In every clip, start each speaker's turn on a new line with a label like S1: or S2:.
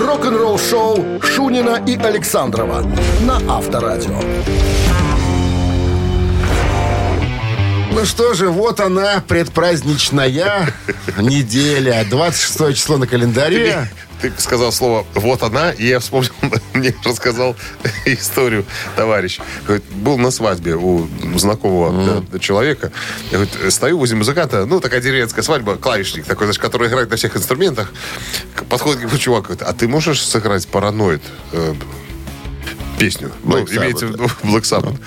S1: рок-н-ролл-шоу Шунина и Александрова на Авторадио.
S2: Ну что же, вот она, предпраздничная неделя. 26 число на календаре.
S3: Ты сказал слово «вот она», и я вспомнил, мне рассказал историю товарищ. Говорит, был на свадьбе у знакомого да, человека. Я, говорит, стою возле музыканта, ну, такая деревенская свадьба, клавишник такой, значит, который играет на всех инструментах. К- Подходит к нему чувак, говорит, а ты можешь сыграть «Параноид»? э, песню. ну,
S2: Black Sabbath,
S3: имеется в виду Black Sabbath.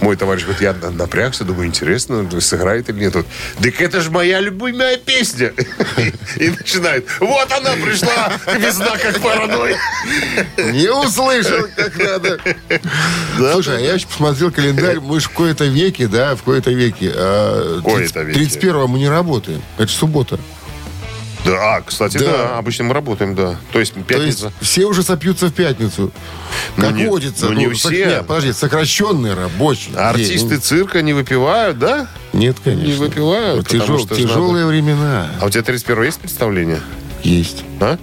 S3: Мой товарищ говорит, я на- напрягся, думаю, интересно, сыграет или нет. Он, так это же моя любимая песня. И начинает. Вот она пришла, весна как паранойя.
S2: Не услышал, как надо. Слушай, а я еще посмотрел календарь. Мы же в кои-то веке, да, в кои-то веке. а,
S3: Кои-то веки.
S2: 31-го мы не работаем. Это же суббота.
S3: Да, кстати, да.
S2: Да.
S3: обычно мы работаем, да. То есть
S2: То есть
S3: пятница.
S2: все уже сопьются в пятницу.
S3: Ну,
S2: Как
S3: нет,
S2: водится.
S3: ну, не
S2: сок-
S3: все.
S2: нет, подожди, сокращенный рабочий. день.
S3: А Артисты цирка не выпивают, да?
S2: ну, Нет, конечно.
S3: не выпивают,
S2: Тяжел-
S3: потому что ж
S2: тяжелые времена.
S3: А у тебя 31 есть представление?
S2: Есть.
S3: А?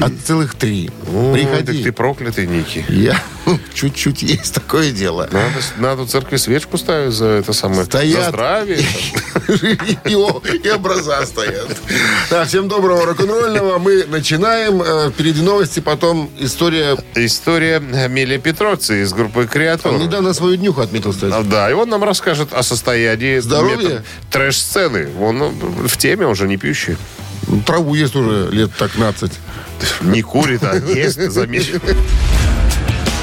S2: От целых три.
S3: Ой, так
S2: Приходи.
S3: ты проклятый, Ники.
S2: Я ну, чуть-чуть есть такое дело.
S3: Надо, надо в церкви свечку ставить за это самое. За
S2: Стоят.
S3: здравие.
S2: И, о- и образа стоят. Да, всем доброго рок-н-ролльного. Мы начинаем. Э, Впереди новости, потом история.
S3: История Амелия Петровцы из группы «Креатур».
S2: Он недавно свою днюху отметил, кстати.
S3: А, Да, и он нам расскажет о состоянии
S2: Здоровье?
S3: метод- трэш-сцены. Он ну, в теме уже не пьющий.
S2: Траву ест уже лет так 15.
S3: Не курит, а ест, замечу.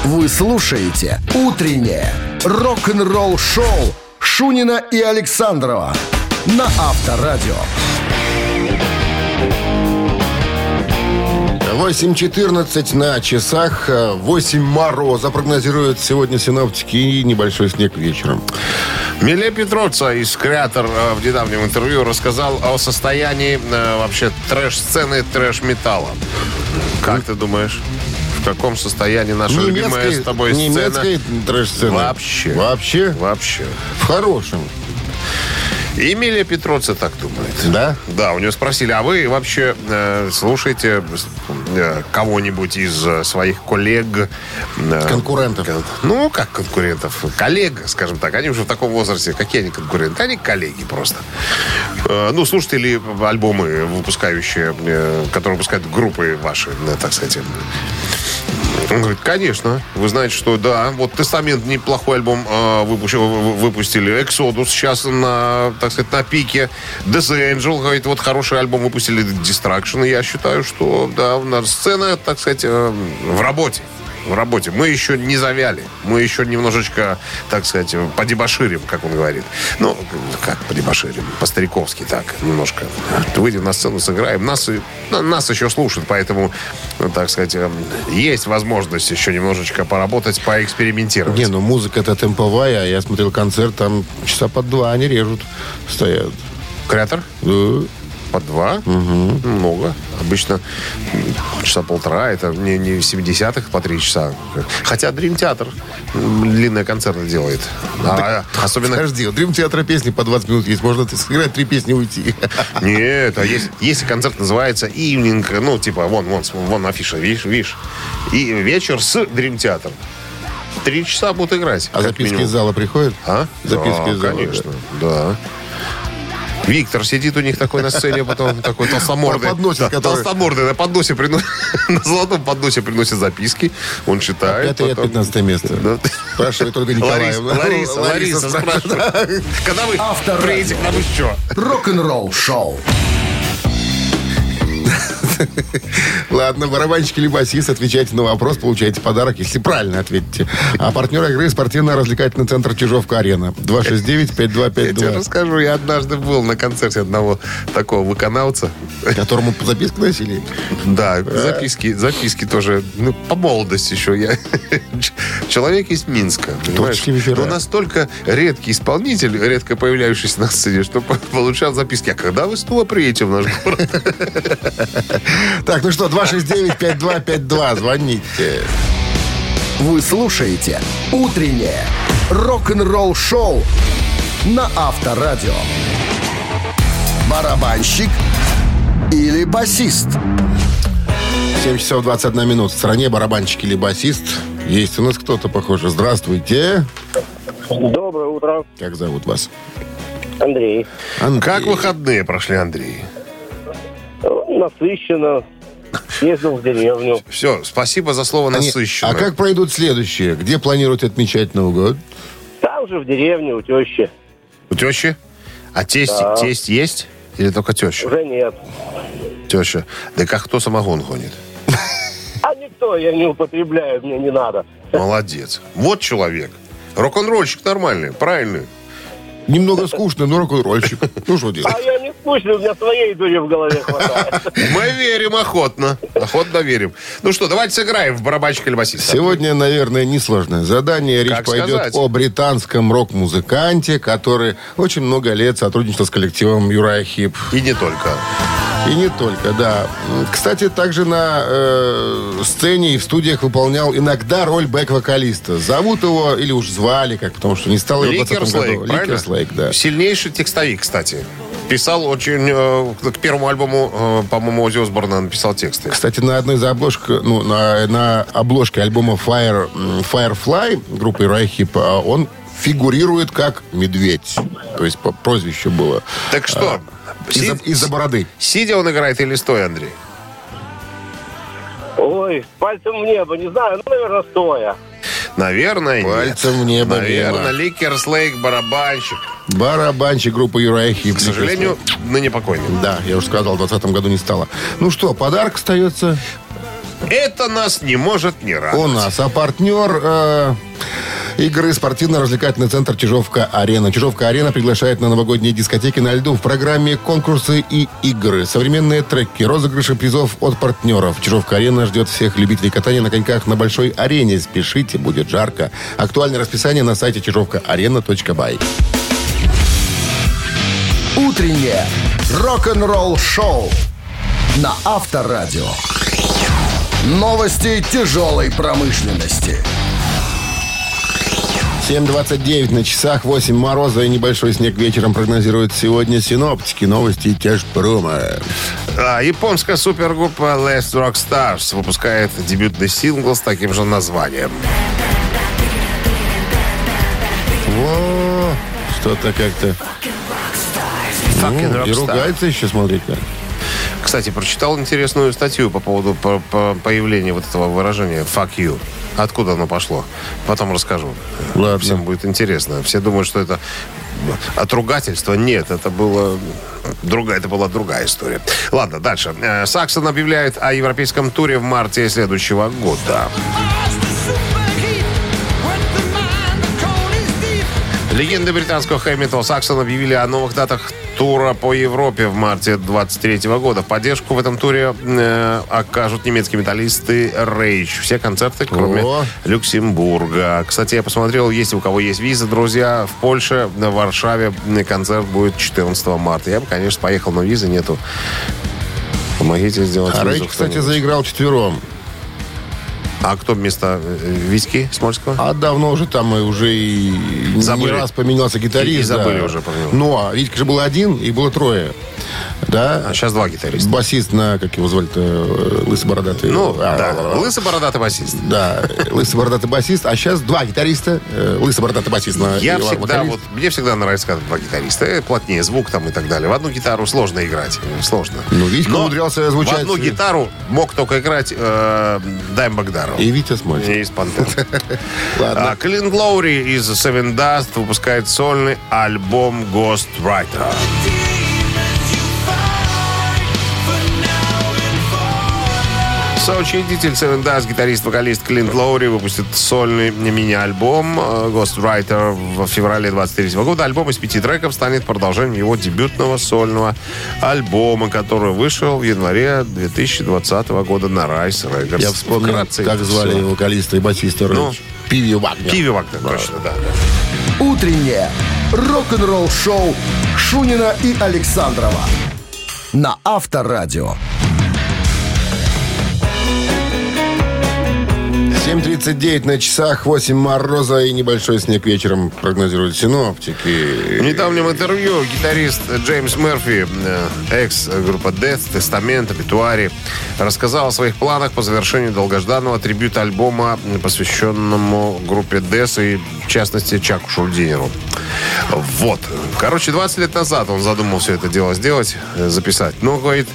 S1: Вы слушаете «Утреннее рок-н-ролл-шоу» Шунина и Александрова на Авторадио.
S2: 8.14 на часах, э, 8 мороза прогнозируют сегодня синоптики и небольшой снег вечером.
S3: Миле Петровца из «Креатор» э, в недавнем интервью рассказал о состоянии э, вообще трэш-сцены, трэш-металла. Как ты думаешь, в каком состоянии наша любимая с тобой сцена?
S2: Ну, немецкой трэш-сцены.
S3: Вообще.
S2: Вообще?
S3: Вообще.
S2: В хорошем.
S3: И Миле Петровца так думает.
S2: Да?
S3: Да, у нее спросили, а вы вообще э, слушаете э, кого-нибудь из э, своих коллег? э,
S2: Конкурентов.
S3: кон- ну, как конкурентов? Коллег, скажем так. Они уже в таком возрасте. Какие они конкуренты? Они коллеги просто. Э, ну, слушайте ли альбомы, выпускающие, э, которые выпускают группы ваши, э, так сказать, э, он говорит, конечно. Вы знаете, что да, вот Тестамент неплохой альбом э, выпущ- вы- выпустили. Эксодус сейчас на, так сказать, на пике. Death Angel, говорит, вот хороший альбом выпустили. Distraction. И Я считаю, что да, у нас сцена, так сказать, э, в работе. В работе. Мы еще не завяли. Мы еще немножечко, так сказать, подебоширим, как он говорит. Ну, как подебоширим? По-стариковски так, немножко. Выйдем на сцену, сыграем. Нас, и- на- нас еще слушают, поэтому, ну, так сказать, эм, есть возможность еще немножечко поработать, поэкспериментировать.
S2: Не, ну музыка-то темповая. а Я смотрел концерт, там часа под два они режут, стоят. Э.
S3: Креатор?
S2: Да.
S3: По два? Много. Обычно м, часа полтора. Это не, не в 70-х по три часа. Хотя Dream Theater м, длинные концерты делает. А, особенно...
S2: Подожди, у Дрим Театра песни по 20 минут есть. Можно ты сыграть три песни и уйти.
S3: Нет, а если, если концерт называется «Ивнинг», ну, типа, вон, вон, вон афиша, видишь, видишь. И вечер с Dream Theater. Три часа будут играть.
S2: А
S3: как
S2: записки
S3: минимум.
S2: из зала приходят?
S3: А?
S2: Записки
S3: Да,
S2: из зала.
S3: конечно, да. Виктор сидит у них такой на сцене, потом такой толстомордый.
S2: На подносе,
S3: Да,
S2: который-
S3: Толстомордый на подносе приносит, на золотом подносе приносит записки, он читает.
S2: Пятое ряд,
S3: потом-
S2: 15 место.
S3: Да.
S2: Спрашивай только
S3: Лариса,
S2: Николаевна. Ну,
S3: Лариса, Лариса
S2: спрашивает.
S3: спрашивает, когда вы
S1: Авторадио.
S3: приедете к нам еще?
S1: Рок-н-ролл-шоу.
S2: Ладно, барабанщик или басист, отвечайте на вопрос, получаете подарок, если правильно ответите. А партнер игры спортивно-развлекательный центр Чижовка-Арена. 269-5252.
S3: Я тебе расскажу, я однажды был на концерте одного такого выканавца.
S2: которому записку носили.
S3: Да, записки, записки тоже, ну, по молодости еще. Я ч- человек из Минска, понимаешь?
S2: Точки вечера.
S3: Но настолько редкий исполнитель, редко появляющийся на сцене, что по- получал записки. А когда вы снова приедете в наш город?
S2: Так, ну что, 269-5252, звоните.
S1: Вы слушаете «Утреннее рок-н-ролл-шоу» на Авторадио. Барабанщик или басист?
S2: 7 часов 21 минут. В стране барабанщик или басист. Есть у нас кто-то, похоже. Здравствуйте.
S4: Доброе утро,
S2: Как зовут вас?
S4: Андрей.
S2: Андрей.
S3: Как выходные прошли, Андрей?
S4: Насыщенно. Ездил в деревню.
S3: Все, спасибо за слово
S2: Они-
S3: насыщенно.
S2: А как пройдут следующие? Где планируют отмечать Новый год?
S4: Там же в деревне у тещи.
S3: У тещи? А тесть, тесть есть? Или только теща?
S4: Уже нет.
S3: Теща. Да как кто самогон гонит?
S4: А никто, я не употребляю, мне не надо.
S3: Молодец. Вот человек. Рок-н-ролльщик нормальный, правильный.
S2: Немного скучно, но рок-н-ролльщик. Ну, что делать?
S4: А я не скучный, у меня своей дури в голове хватает.
S3: Мы верим охотно. Охотно верим. Ну что, давайте сыграем в барабанщик или басиста.
S2: Сегодня, наверное, несложное задание. Речь
S3: Как
S2: пойдет
S3: сказать?
S2: о британском рок-музыканте, который очень много лет сотрудничал с коллективом Юрай Хип.
S3: И не только.
S2: И не только, да. М, Кстати, также на э, сцене и в студиях выполнял иногда роль бэк-вокалиста. Зовут его, или уж звали как, потому что не стал его в 20
S3: Ликерслейк,
S2: году.
S3: правильно?
S2: Ликерслейк, да.
S3: Сильнейший текстовик, кстати. Писал очень... э, к первому альбому, э, по-моему, Ози Осборна написал тексты.
S2: Кстати, на одной из обложек, ну, на, на обложке альбома Fire, м, Firefly группы Райхип он фигурирует как медведь. То есть по прозвищу было.
S3: Так что, си-
S2: Из-за из-за бороды.
S3: сидя он играет или стоя, Андрей?
S4: Ой, пальцем в небо, не знаю, ну, наверное, стоя.
S3: Наверное,
S2: Пальцем в
S3: нет.
S2: небо,
S3: Наверное,
S2: мимо.
S3: Ликерслейк, барабанщик.
S2: Барабанщик группы Юрай Хип.
S3: К сожалению, ныне покойник.
S2: Да, я уже сказал, в 2020 году не стало. Ну что, подарок остается
S3: Это нас не может не радовать.
S2: у нас. А партнер э, игры спортивно-развлекательный центр «Чижовка-арена». «Чижовка-арена» приглашает на новогодние дискотеки на льду в программе «Конкурсы и игры». Современные треки, розыгрыши призов от партнеров. «Чижовка-арена» ждет всех любителей катания на коньках на большой арене. Спешите, будет жарко. Актуальное расписание на сайте чижовка-арена.бай.
S1: Утреннее рок-н-ролл-шоу на Авторадио. Новости тяжелой промышленности.
S2: 7.29 на часах, 8 мороза и небольшой снег вечером прогнозируют сегодня синоптики. Новости тяжпрома.
S3: А, японская супергруппа Last Rock Stars выпускает дебютный сингл с таким же названием.
S2: Во, что-то как-то...
S3: Fucking
S2: Ну, и
S3: rockstar.
S2: ругается еще, смотрите.
S3: Кстати, прочитал интересную статью по поводу по- по- появления вот этого выражения «fuck you». Откуда оно пошло? Потом расскажу.
S2: Ладно.
S3: Всем будет интересно. Все думают, что это от ругательства. Нет, это было другая, это была другая история. Ладно, дальше. Э, Саксон объявляет о европейском туре в марте следующего года. Легенды британского хэви-метал Саксон объявили о новых датах тура по Европе в марте 23 года. В поддержку в этом туре э, окажут немецкие металлисты Рейч. Все концерты, кроме
S2: О.
S3: Люксембурга. Кстати, я посмотрел, если у кого есть виза, друзья, в Польше, на Варшаве э, концерт будет 14 марта. Я бы, конечно, поехал, но визы нету. Помогите сделать
S2: А
S3: визу
S2: Рейч, кстати,
S3: кто-нибудь.
S2: заиграл четвером.
S3: А кто вместо э, Витьки Смольского?
S2: А давно уже там и уже и
S3: Забыли.
S2: не раз поменялся гитарист.
S3: И- и забыли
S2: да.
S3: уже про него.
S2: Ну, а Витька же был один, и было трое. Да?
S3: А сейчас два гитариста.
S2: Басист на, как его звали-то, э, лысый бородатый.
S3: Ну,
S2: А,
S3: да. Лысый бородатый басист.
S2: Да, лысый бородатый басист, а сейчас два гитариста, э, лысый бородатый басист на
S3: Я
S2: и
S3: всегда,
S2: вокалист.
S3: вот, мне всегда нравится, когда два гитариста. Э, Плотнее звук там и так далее. В одну гитару сложно играть. э, Сложно.
S2: Ну, Витька умудрялся звучать- э.
S3: В одну гитару мог только играть э, Дайм Багдару.
S2: И Витя Смольский.
S3: Из Пантер.
S2: Ладно.
S3: А, Клин Глоури из Seven Dust выпускает сольный альбом Ghost Rider. Соучредитель Seven Dust, гитарист-вокалист Клинт Лоури выпустит сольный мини-альбом э, Ghostwriter в феврале 23 года. Альбом из пяти треков станет продолжением его дебютного сольного альбома, который вышел в январе 2020 года на Rise Records.
S2: Я вспомнил,
S3: Вкратце
S2: как
S3: это
S2: звали
S3: всё.
S2: вокалиста и басиста
S3: Ну?
S2: Рейдж. Пиви Вагнер.
S3: Пиви Вагнер, точно, да.
S1: Утреннее рок-н-ролл-шоу Шунина и Александрова на Авторадио.
S2: 7.39 на часах, 8 мороза и небольшой снег вечером прогнозируют синоптики.
S3: В недавнем интервью гитарист Джеймс Мерфи, э, экс-группа Death, Testament, Обитуари, рассказал о своих планах по завершению долгожданного трибюта альбома, м, посвященному группе Death и, в частности, Чаку Шульдинеру. Вот. Короче, 20 лет назад он задумал все это дело сделать, э, записать. Но, говорит,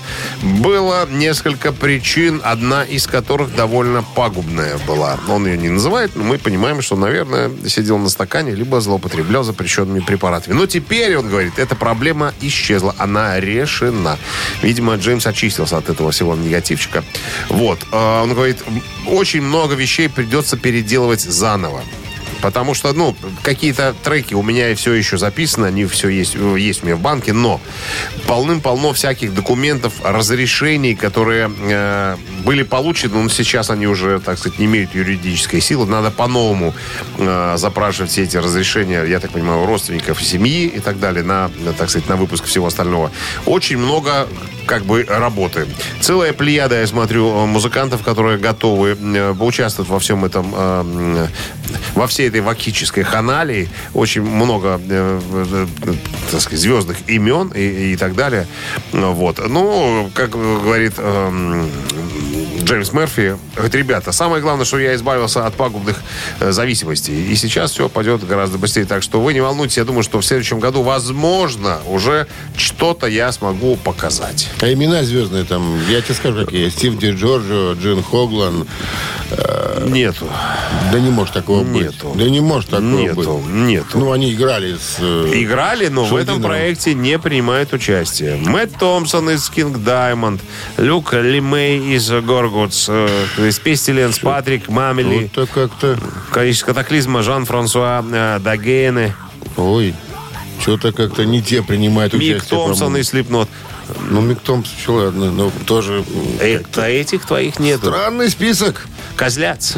S3: было несколько причин, одна из которых довольно пагубная была. Он ее не называет, но мы понимаем, что, наверное, сидел на стакане, либо злоупотреблял запрещенными препаратами. Но теперь, он говорит, эта проблема исчезла, она решена. Видимо, Джеймс очистился от этого всего негативчика. Вот. А, Он говорит, очень много вещей придется переделывать заново. Потому что, ну, какие-то треки у меня и все еще записано, они все есть, э, есть у меня в банке, но полным-полно всяких документов, разрешений, которые э, были получены, но сейчас они уже, так сказать, не имеют юридической силы. Надо по-новому э, запрашивать все эти разрешения, я так понимаю, у родственников и семьи и так далее, на, на, так сказать, на выпуск всего остального. Очень много как бы работы. Целая плеяда, я смотрю, э, музыкантов, которые готовы э, поучаствовать во всем этом, э, м, во всей этой вакической ханалии. Очень много, э, э, э, так сказать, звездных имен и, и так далее. Ну, Вот. Ну, как э, говорит эм, Джеймс Мерфи, говорит, ребята, самое главное, что я избавился от пагубных э, зависимостей. И сейчас все пойдет гораздо быстрее. Так что вы не волнуйтесь, я думаю, что в следующем году, возможно, уже что-то я смогу показать.
S2: А имена звездные там, я тебе скажу, какие. Стив Ди Джорджо, Джин Хоглан.
S3: Нету.
S2: Да не может такого
S3: Нету.
S2: быть. Да не может такого быть.
S3: Нету. Нету.
S2: Ну, они играли с... э,
S3: Играли, но в этом
S2: Шульдинером.
S3: проекте не принимают участие. Мэтт Томпсон из King Diamond, Люк Лимей из Горгутс, э, из Пестиленс, Патрик Мамели,
S2: Вот-то как-то...
S3: из Катаклизма Жан-Франсуа э, Дагене,
S2: Ой, что-то как-то не те принимают
S3: Мик
S2: участие.
S3: Томпсон
S2: по-моему.
S3: и Слепнот.
S2: Ну, Мик Томпсон, чё, ладно, но тоже...
S3: Это Э, этих твоих нету.
S2: Странный список.
S3: Козляц.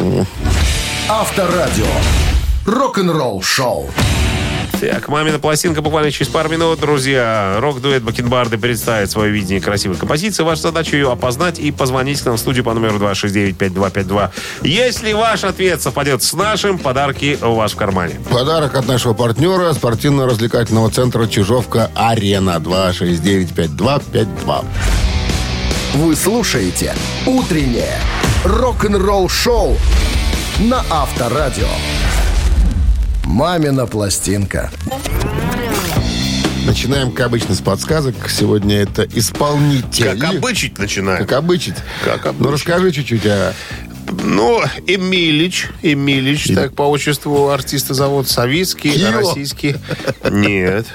S1: Авторадио. Рок-н-ролл шоу.
S3: Так, мамина пластинка буквально через пару минут, друзья. Рок-дуэт Бакенбарды представит свое видение красивой композиции. Ваша задача ее опознать и позвонить к нам в студию по номеру 269-5252. Если ваш ответ совпадет с нашим, подарки у вас в кармане.
S2: Подарок от нашего партнера спортивно-развлекательного центра «Чижовка-Арена» 269-5252.
S1: Вы слушаете «Утреннее рок-н-ролл-шоу» на Авторадио. «Мамина пластинка».
S2: Начинаем, как обычно, с подсказок. Сегодня это исполнитель.
S3: обычить начинаем.
S2: Как обычить.
S3: Как обычить.
S2: Ну, расскажи чуть-чуть о...
S3: Ну, Эмилич, Эмилич, так по отчеству артиста зовут. Советский,
S2: Кио.
S3: российский. Нет.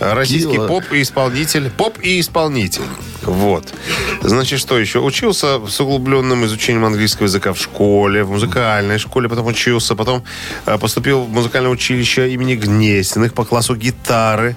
S3: Э, Российский
S2: Кио.
S3: поп и исполнитель. Поп и исполнитель. Вот. Значит, что еще? Учился с углубленным изучением английского языка в школе, в музыкальной школе, потом учился, потом э, поступил в музыкальное училище имени Гнесиных по классу гитары,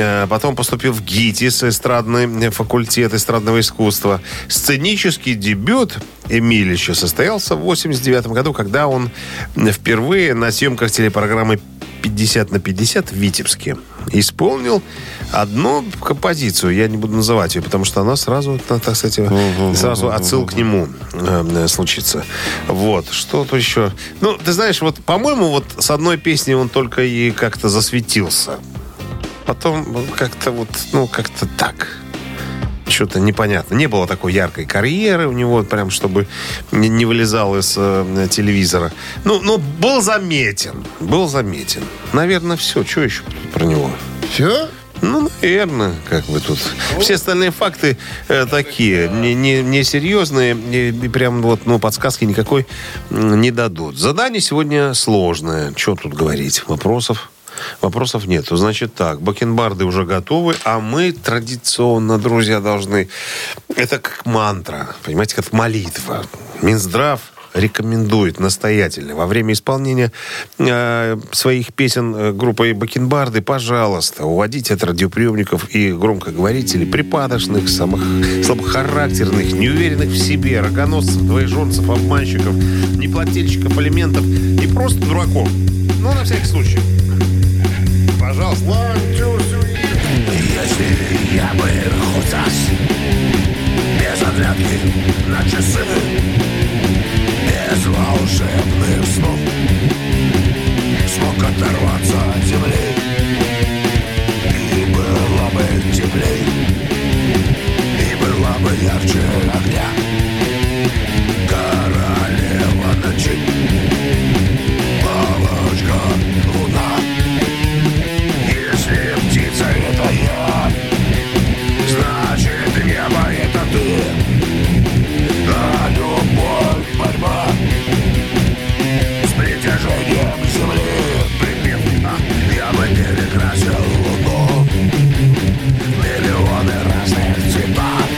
S3: Э, потом поступил в ГИТИС, эстрадный э, факультет эстрадного искусства. Сценический дебют Эмилища состоялся в 89 году, когда он э, впервые на съемках телепрограммы 50 на 50 в Витебске исполнил одну композицию. Я не буду называть ее, потому что она сразу, та- так сказать, сразу отсыл к нему э, случится. Вот. Что то еще? Ну, ты знаешь, вот, по-моему, вот с одной песней он только и как-то засветился. Потом ну, как-то вот, ну, как-то так. Что-то непонятно. Не было такой яркой карьеры у него, прям чтобы не, не вылезал из э, телевизора. Ну, ну, был заметен. Был заметен. Наверное, все. Что еще про него?
S2: Все?
S3: Ну, наверное, как бы тут. Все остальные факты э, такие, не, не, серьезные, прям вот, ну, подсказки никакой м, не дадут. Задание сегодня сложное. Что тут говорить? Вопросов? Вопросов нету. Значит так, бакенбарды уже готовы, а мы традиционно, друзья, должны... Это как мантра, понимаете, как молитва. Минздрав рекомендует настоятельно во время исполнения э, своих песен э, группой Бакенбарды, пожалуйста, уводите от радиоприемников и громкоговорителей припадочных, самых слабохарактерных, неуверенных в себе, рогоносцев, двоежонцев, обманщиков, неплательщиков алиментов и просто дураков. Ну, на всякий случай. Пожалуйста. Ну,
S5: Если я бы хоть раз Без оглядки на часы Без вас вечер огня Королева ночи Палочка луна Если птица это я Значит небо это ты А любовь борьба С притяжением земли Припев а, Я бы перекрасил луну Миллионы разных цветов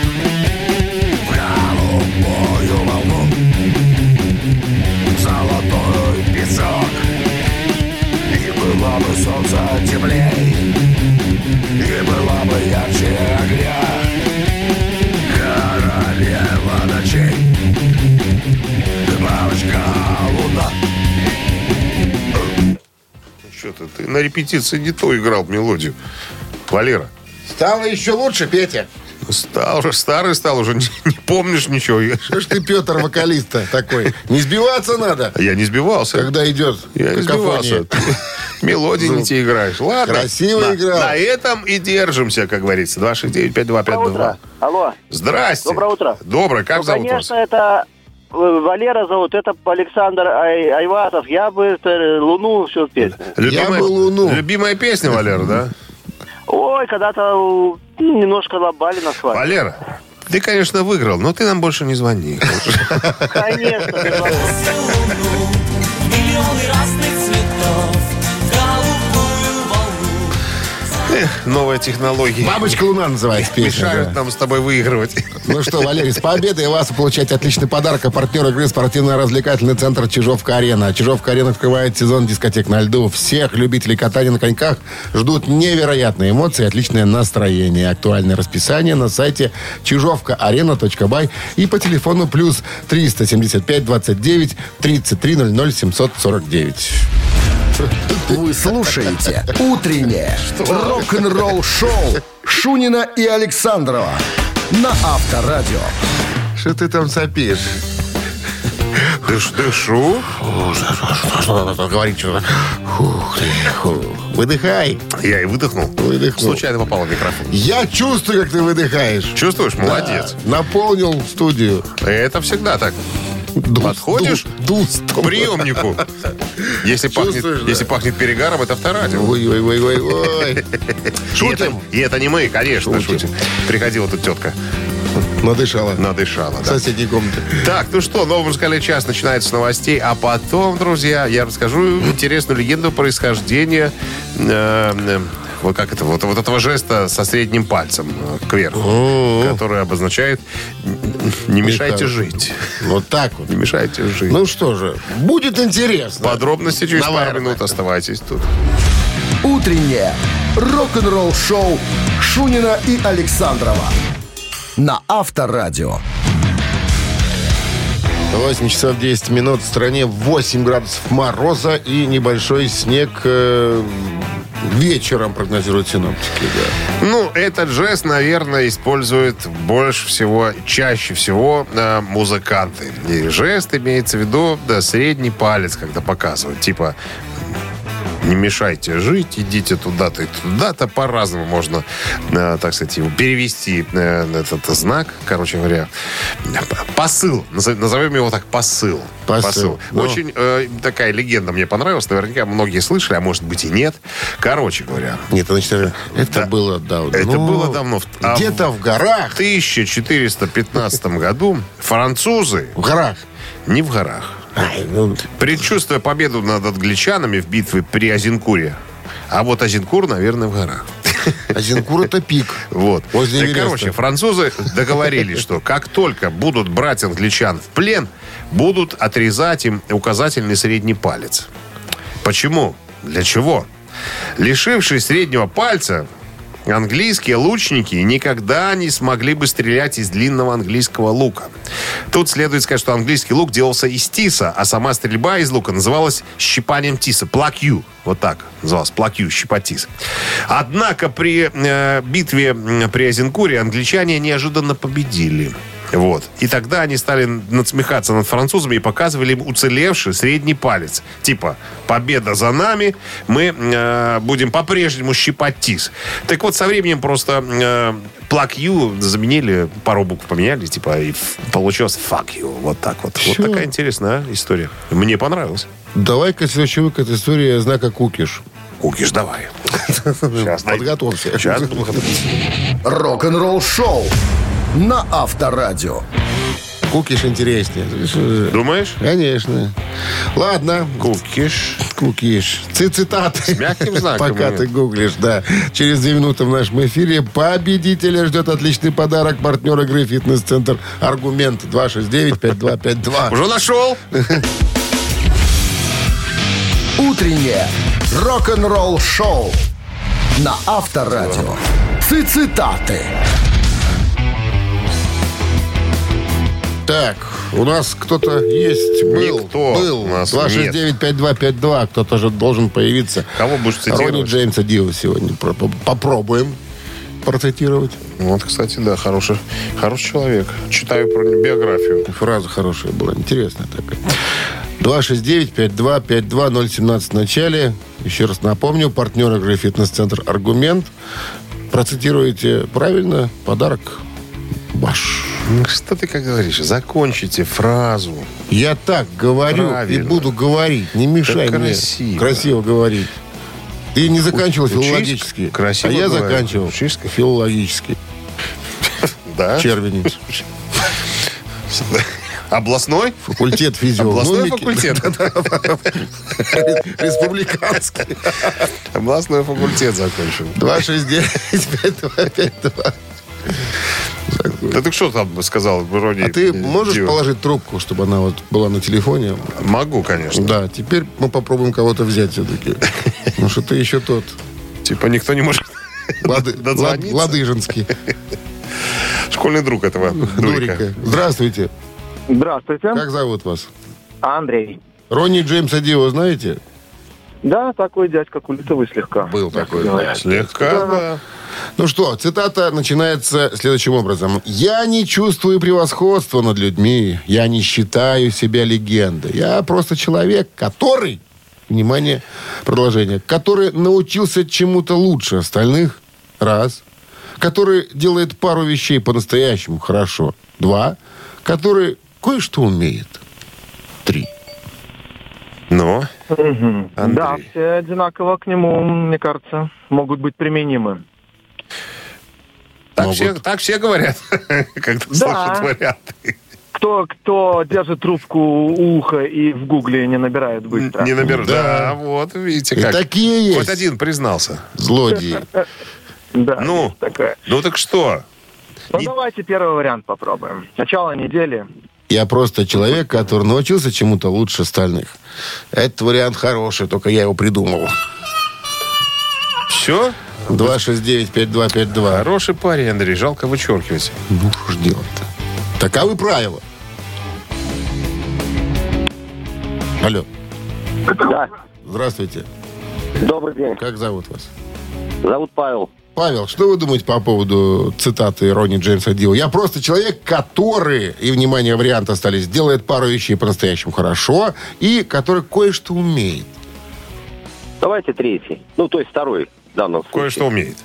S5: В голубую волну в Золотой песок И было бы солнце теплей И было бы ярче огня Королева ночей Бабочка луна
S3: Что-то ты на репетиции не то играл мелодию. Валера.
S2: Стало еще лучше, Петя.
S3: Стал уже старый стал уже, не, не помнишь ничего. Я,
S2: Что ж ты, Петр, вокалист-то такой? Не сбиваться надо,
S3: я не сбивался.
S2: когда идет
S3: я не
S2: какофония.
S3: сбивался. Мелодии не те играешь. Ладно.
S2: Красиво
S3: на,
S2: играл.
S3: На этом и держимся, как говорится.
S4: Доброе
S3: 269-5252.
S4: утро. Алло.
S3: Здрасте.
S4: Доброе утро.
S3: Доброе. Как
S4: ну,
S3: зовут
S4: конечно,
S3: вас?
S4: это э, Валера зовут, это Александр Ай- Айватов. Я бы э, Луну всю песню.
S2: бы луну.
S3: Любимая песня, Валера, да?
S4: Ой, когда-то у, ну, немножко лобали на свадьбе.
S3: Валера, ты, конечно, выиграл, но ты нам больше не звони.
S4: Конечно.
S6: луну, миллионы разных цветов, в голубую волну.
S3: Эх, Новые технологии
S2: Бабочка Луна называется
S3: мешают
S2: песня. да.
S3: нам с тобой выигрывать.
S2: Ну что, Валерий, с победой вас вы получаете отличный подарок. А партнер игры спортивно-развлекательный центр «Чижовка-арена». «Чижовка-арена» открывает сезон дискотек на льду. Всех любителей катания на коньках ждут невероятные эмоции и отличное настроение. Актуальное расписание на сайте чижовкаарена.бай и по телефону плюс 375 29 33 00 749.
S1: Вы слушаете «Утреннее рок-н-ролл-шоу» Шунина и Александрова на Авторадио.
S2: Что ты там сопишь?
S3: Дыш- Дышу.
S2: Говорит что-то. Фух ты, фух. Выдыхай.
S3: Я и выдохнул.
S2: Выдохнул.
S3: Случайно попал в микрофон.
S2: Я чувствую, как ты выдыхаешь.
S3: Чувствуешь? Молодец.
S2: Да, Наполнил студию.
S3: Это всегда так.
S2: Дус,
S3: Подходишь
S2: дус, дус.
S3: к приемнику. Если пахнет,
S2: Чувствуешь, да?
S3: если пахнет перегаром, это авторадио.
S2: Ой, ой, ой, ой, ой.
S3: И это,
S2: Шутим.
S3: и это не мы, конечно,
S2: Шутим.
S3: шутим. Приходила тут тетка,
S2: Надышала.
S3: надышала.
S2: В
S3: Ну, да.
S2: соседней комнате.
S3: Так, ну что, новый музыкальный час начинается с новостей, а потом, друзья, я расскажу интересную легенду происхождения, э, э, вот как это, вот, вот этого жеста со средним пальцем э, кверху, который обозначает «не мешайте
S2: Михаил.
S3: жить».
S2: Вот так вот.
S3: Не мешайте жить.
S2: Ну что же, будет интересно.
S3: Подробности через пару
S2: Наверное.
S3: минут. Оставайтесь тут.
S1: «Утреннее рок-н-ролл-шоу» Шунина и Александрова на Авторадио.
S2: 8 часов 10 минут. В стране 8 градусов мороза и небольшой снег э, вечером, прогнозируют синоптики. да.
S3: Ну, этот жест, наверное, используют больше всего, чаще всего э, музыканты. И жест имеется в виду, да, средний палец, когда показывают. Типа, не мешайте жить, идите туда-то и туда-то. По-разному можно, э, так сказать, его перевести э, этот знак, короче говоря. Посыл. Назов- Назовем его так, посыл.
S2: Посыл, ну.
S3: Очень э, такая легенда мне понравилась. Наверняка многие слышали, а может быть и нет. Короче говоря,
S2: Нет, значит, это это было давно. Ну,
S3: это было давно. В- а
S2: Где-то в горах.
S3: в 1415 году французы,
S2: В горах.
S3: не в горах,
S2: Ай, ну,
S3: предчувствуя победу над англичанами в битве при Азинкуре, а вот Азинкур, наверное, в горах.
S2: Азенкур это пик.
S3: Вот.
S2: Возле
S3: Так,
S2: Эвереста.
S3: короче, французы договорились, что как только будут брать англичан в плен, будут отрезать им указательный средний палец. Почему? Для чего? Лишившись среднего пальца, английские лучники никогда не смогли бы стрелять из длинного английского лука. Тут следует сказать, что английский лук делался из тиса, а сама стрельба из лука называлась щипанием тиса. Плакью. Вот так называлось. Плакью, щипать тис. Однако при э, битве м, при Азенкуре англичане неожиданно победили. Вот. И тогда они стали надсмехаться над французами и показывали им уцелевший средний палец. Типа, победа за нами, мы э, будем по-прежнему щипать тис. Так вот, со временем просто э, плак ю заменили, пару букв поменяли, типа, и ф- получилось fuck you. Вот так вот.
S2: Чё?
S3: Вот такая интересная история. Мне понравилось.
S2: Давай-ка следующий выход история знака Кукиш.
S3: Кукиш, давай. Сейчас,
S2: Подготовься.
S3: Сейчас буду готовиться.
S1: Рок-н-ролл шоу на Авторадио.
S2: Кукиш интереснее.
S3: Думаешь?
S2: Конечно. Ладно.
S3: Кукиш.
S2: Кукиш. Ци- Цитаты.
S3: мягким знаком.
S2: Пока ты гуглишь, да. Через две минуты в нашем эфире победителя ждет отличный подарок. Партнер игры «Фитнес-центр Аргумент» 269-5252.
S3: Уже нашел?
S1: Утреннее рок-н-ролл шоу на Авторадио. Ци- Цитаты.
S2: Так, у нас кто-то есть. Был.
S3: Никто
S2: Был.
S3: у нас
S2: 269-5252. Кто-то же должен появиться.
S3: Кого будешь
S2: Ронни
S3: цитировать?
S2: Джеймса Дио сегодня про- по- попробуем процитировать.
S3: Вот, кстати, да, хороший, хороший человек. Читаю про него биографию.
S2: Фраза хорошая была, интересная такая. 269-5252-017 в начале. Еще раз напомню, партнер игры «Фитнес-центр Аргумент». Процитируете правильно, подарок ваш.
S3: Ну, Что ты как говоришь? Закончите фразу.
S2: Я так говорю и
S3: Правильно.
S2: буду говорить. Не мешай
S3: Так
S2: мне
S3: красиво.
S2: красиво говорить. Ты не заканчивал
S3: Учись
S2: филологически.
S3: красиво
S2: а я
S3: говорить.
S2: заканчивал
S3: Учись. А?
S2: филологически.
S3: Да?
S2: Червенец.
S3: Областной?
S2: Факультет Ну,
S3: Областной
S2: физиономики.
S3: факультет.
S2: Республиканский.
S3: Областной факультет закончил.
S2: 269-5252.
S3: Да ты что там сказал, э, Рони?
S2: А ты можешь
S3: Дио?
S2: положить трубку, чтобы она вот была на телефоне?
S3: Могу, конечно.
S2: Да, теперь мы попробуем кого-то взять все-таки. Потому что ты еще тот.
S3: Типа никто не может...
S2: Лады- Лад-
S3: Дозвониться?
S2: Ладыжинский.
S3: Школьный друг этого Дурика.
S2: Дурика. Здравствуйте.
S4: Здравствуйте,
S2: Как зовут вас?
S4: Андрей.
S2: Ронни Джеймса Дио знаете?
S4: Да, такой дядька культовый слегка.
S2: Был такой.
S3: Слегка, да.
S2: Ну что, цитата начинается следующим образом. «Я не чувствую превосходства над людьми. Я не считаю себя легендой. Я просто человек, который...» Внимание, продолжение. «Который научился чему-то лучше остальных. Раз. Который делает пару вещей по-настоящему хорошо. Два. Который кое-что умеет. Три.
S3: Ну,
S4: Да,
S3: Андрей.
S4: все одинаково к нему, мне кажется, могут быть применимы.
S3: Так
S2: Могут.
S3: все, так все говорят, когда
S4: Да.
S3: слышат варианты.
S4: Кто, кто держит трубку у уха и в гугле не набирает быстро.
S3: Не наберу.
S2: Да.
S3: Да. вот, видите
S2: И
S3: как.
S2: такие есть
S3: Хоть один признался.
S2: злодеи.
S4: Да,
S3: Ну.
S4: есть такая.
S3: Ну так что?
S4: Ну,
S3: Не-
S4: давайте первый вариант попробуем. Начало недели.
S2: Я просто человек, который научился чему-то лучше остальных. Этот вариант хороший, только я его придумал.
S3: Все?
S2: 269-5252.
S3: Хороший парень, Андрей. Жалко вычеркивать.
S2: Ну, что ж делать-то? Таковы правила. Алло,
S4: Да,
S2: здравствуйте.
S4: добрый день.
S2: Как зовут вас?
S4: Зовут Павел.
S2: Павел, что вы думаете по поводу цитаты Ронни Джеймса Дио? Я просто человек, который, и, внимание, варианты остались, делает пару вещей по-настоящему хорошо, и который кое-что умеет.
S7: Давайте третий. Ну, то есть второй в данном случае.
S3: Кое-что умеет.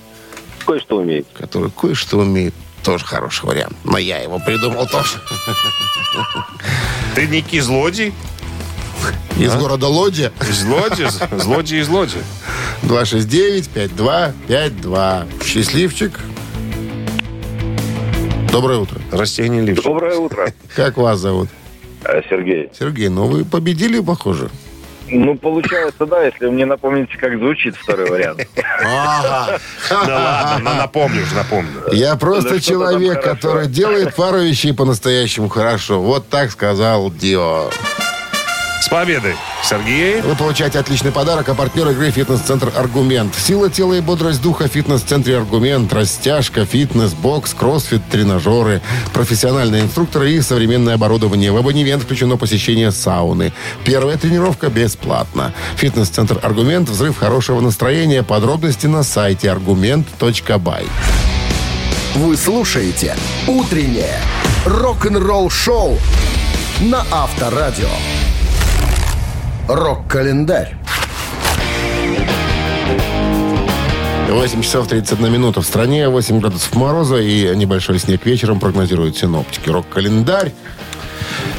S7: Кое-что умеет.
S2: который кое-что умеет. Тоже хороший вариант. Но я его придумал тоже.
S3: Ты некий злодей?
S2: Из города Лодзи.
S3: Злодей? Злодей и злодей.
S2: 269-5252. Счастливчик. Доброе утро.
S3: Растение лифчик.
S7: Доброе утро, э,
S2: Как вас зовут?
S7: Сергей.
S2: Сергей, ну вы победили, похоже.
S7: Ну, получается, да, если вы мне напомните, как звучит второй вариант.
S2: Ага.
S3: Да ладно, на- напомню уж, напомню.
S2: Я
S7: Да что-то
S2: просто
S7: там
S2: человек,
S7: хорошо.
S2: который делает пару вещей по-настоящему хорошо. Вот так сказал Дио.
S3: С победой, Сергей.
S2: Вы получаете отличный подарок, а партнер игры «Фитнес-центр Аргумент». Сила тела и бодрость духа в «Фитнес-центре Аргумент». Растяжка, фитнес, бокс, кроссфит, тренажеры, профессиональные инструкторы и современное оборудование. В абонемент включено посещение сауны. Первая тренировка бесплатна. «Фитнес-центр Аргумент. Взрыв хорошего настроения». Подробности на сайте argument.by.
S1: Вы слушаете «Утреннее рок-н-ролл-шоу на Авторадио. Рок-календарь.
S2: 8 часов 31 минута в стране, 8 градусов мороза и небольшой снег вечером прогнозируют синоптики. Рок-календарь.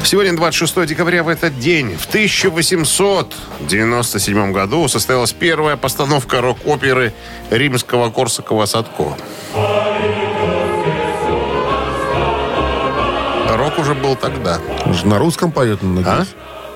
S3: Сегодня, 26 декабря, в этот день, в 1897 году, состоялась первая постановка рок-оперы римского Корсакова Садко. Рок уже был тогда.
S2: Он же На русском поет, надеюсь.
S3: А?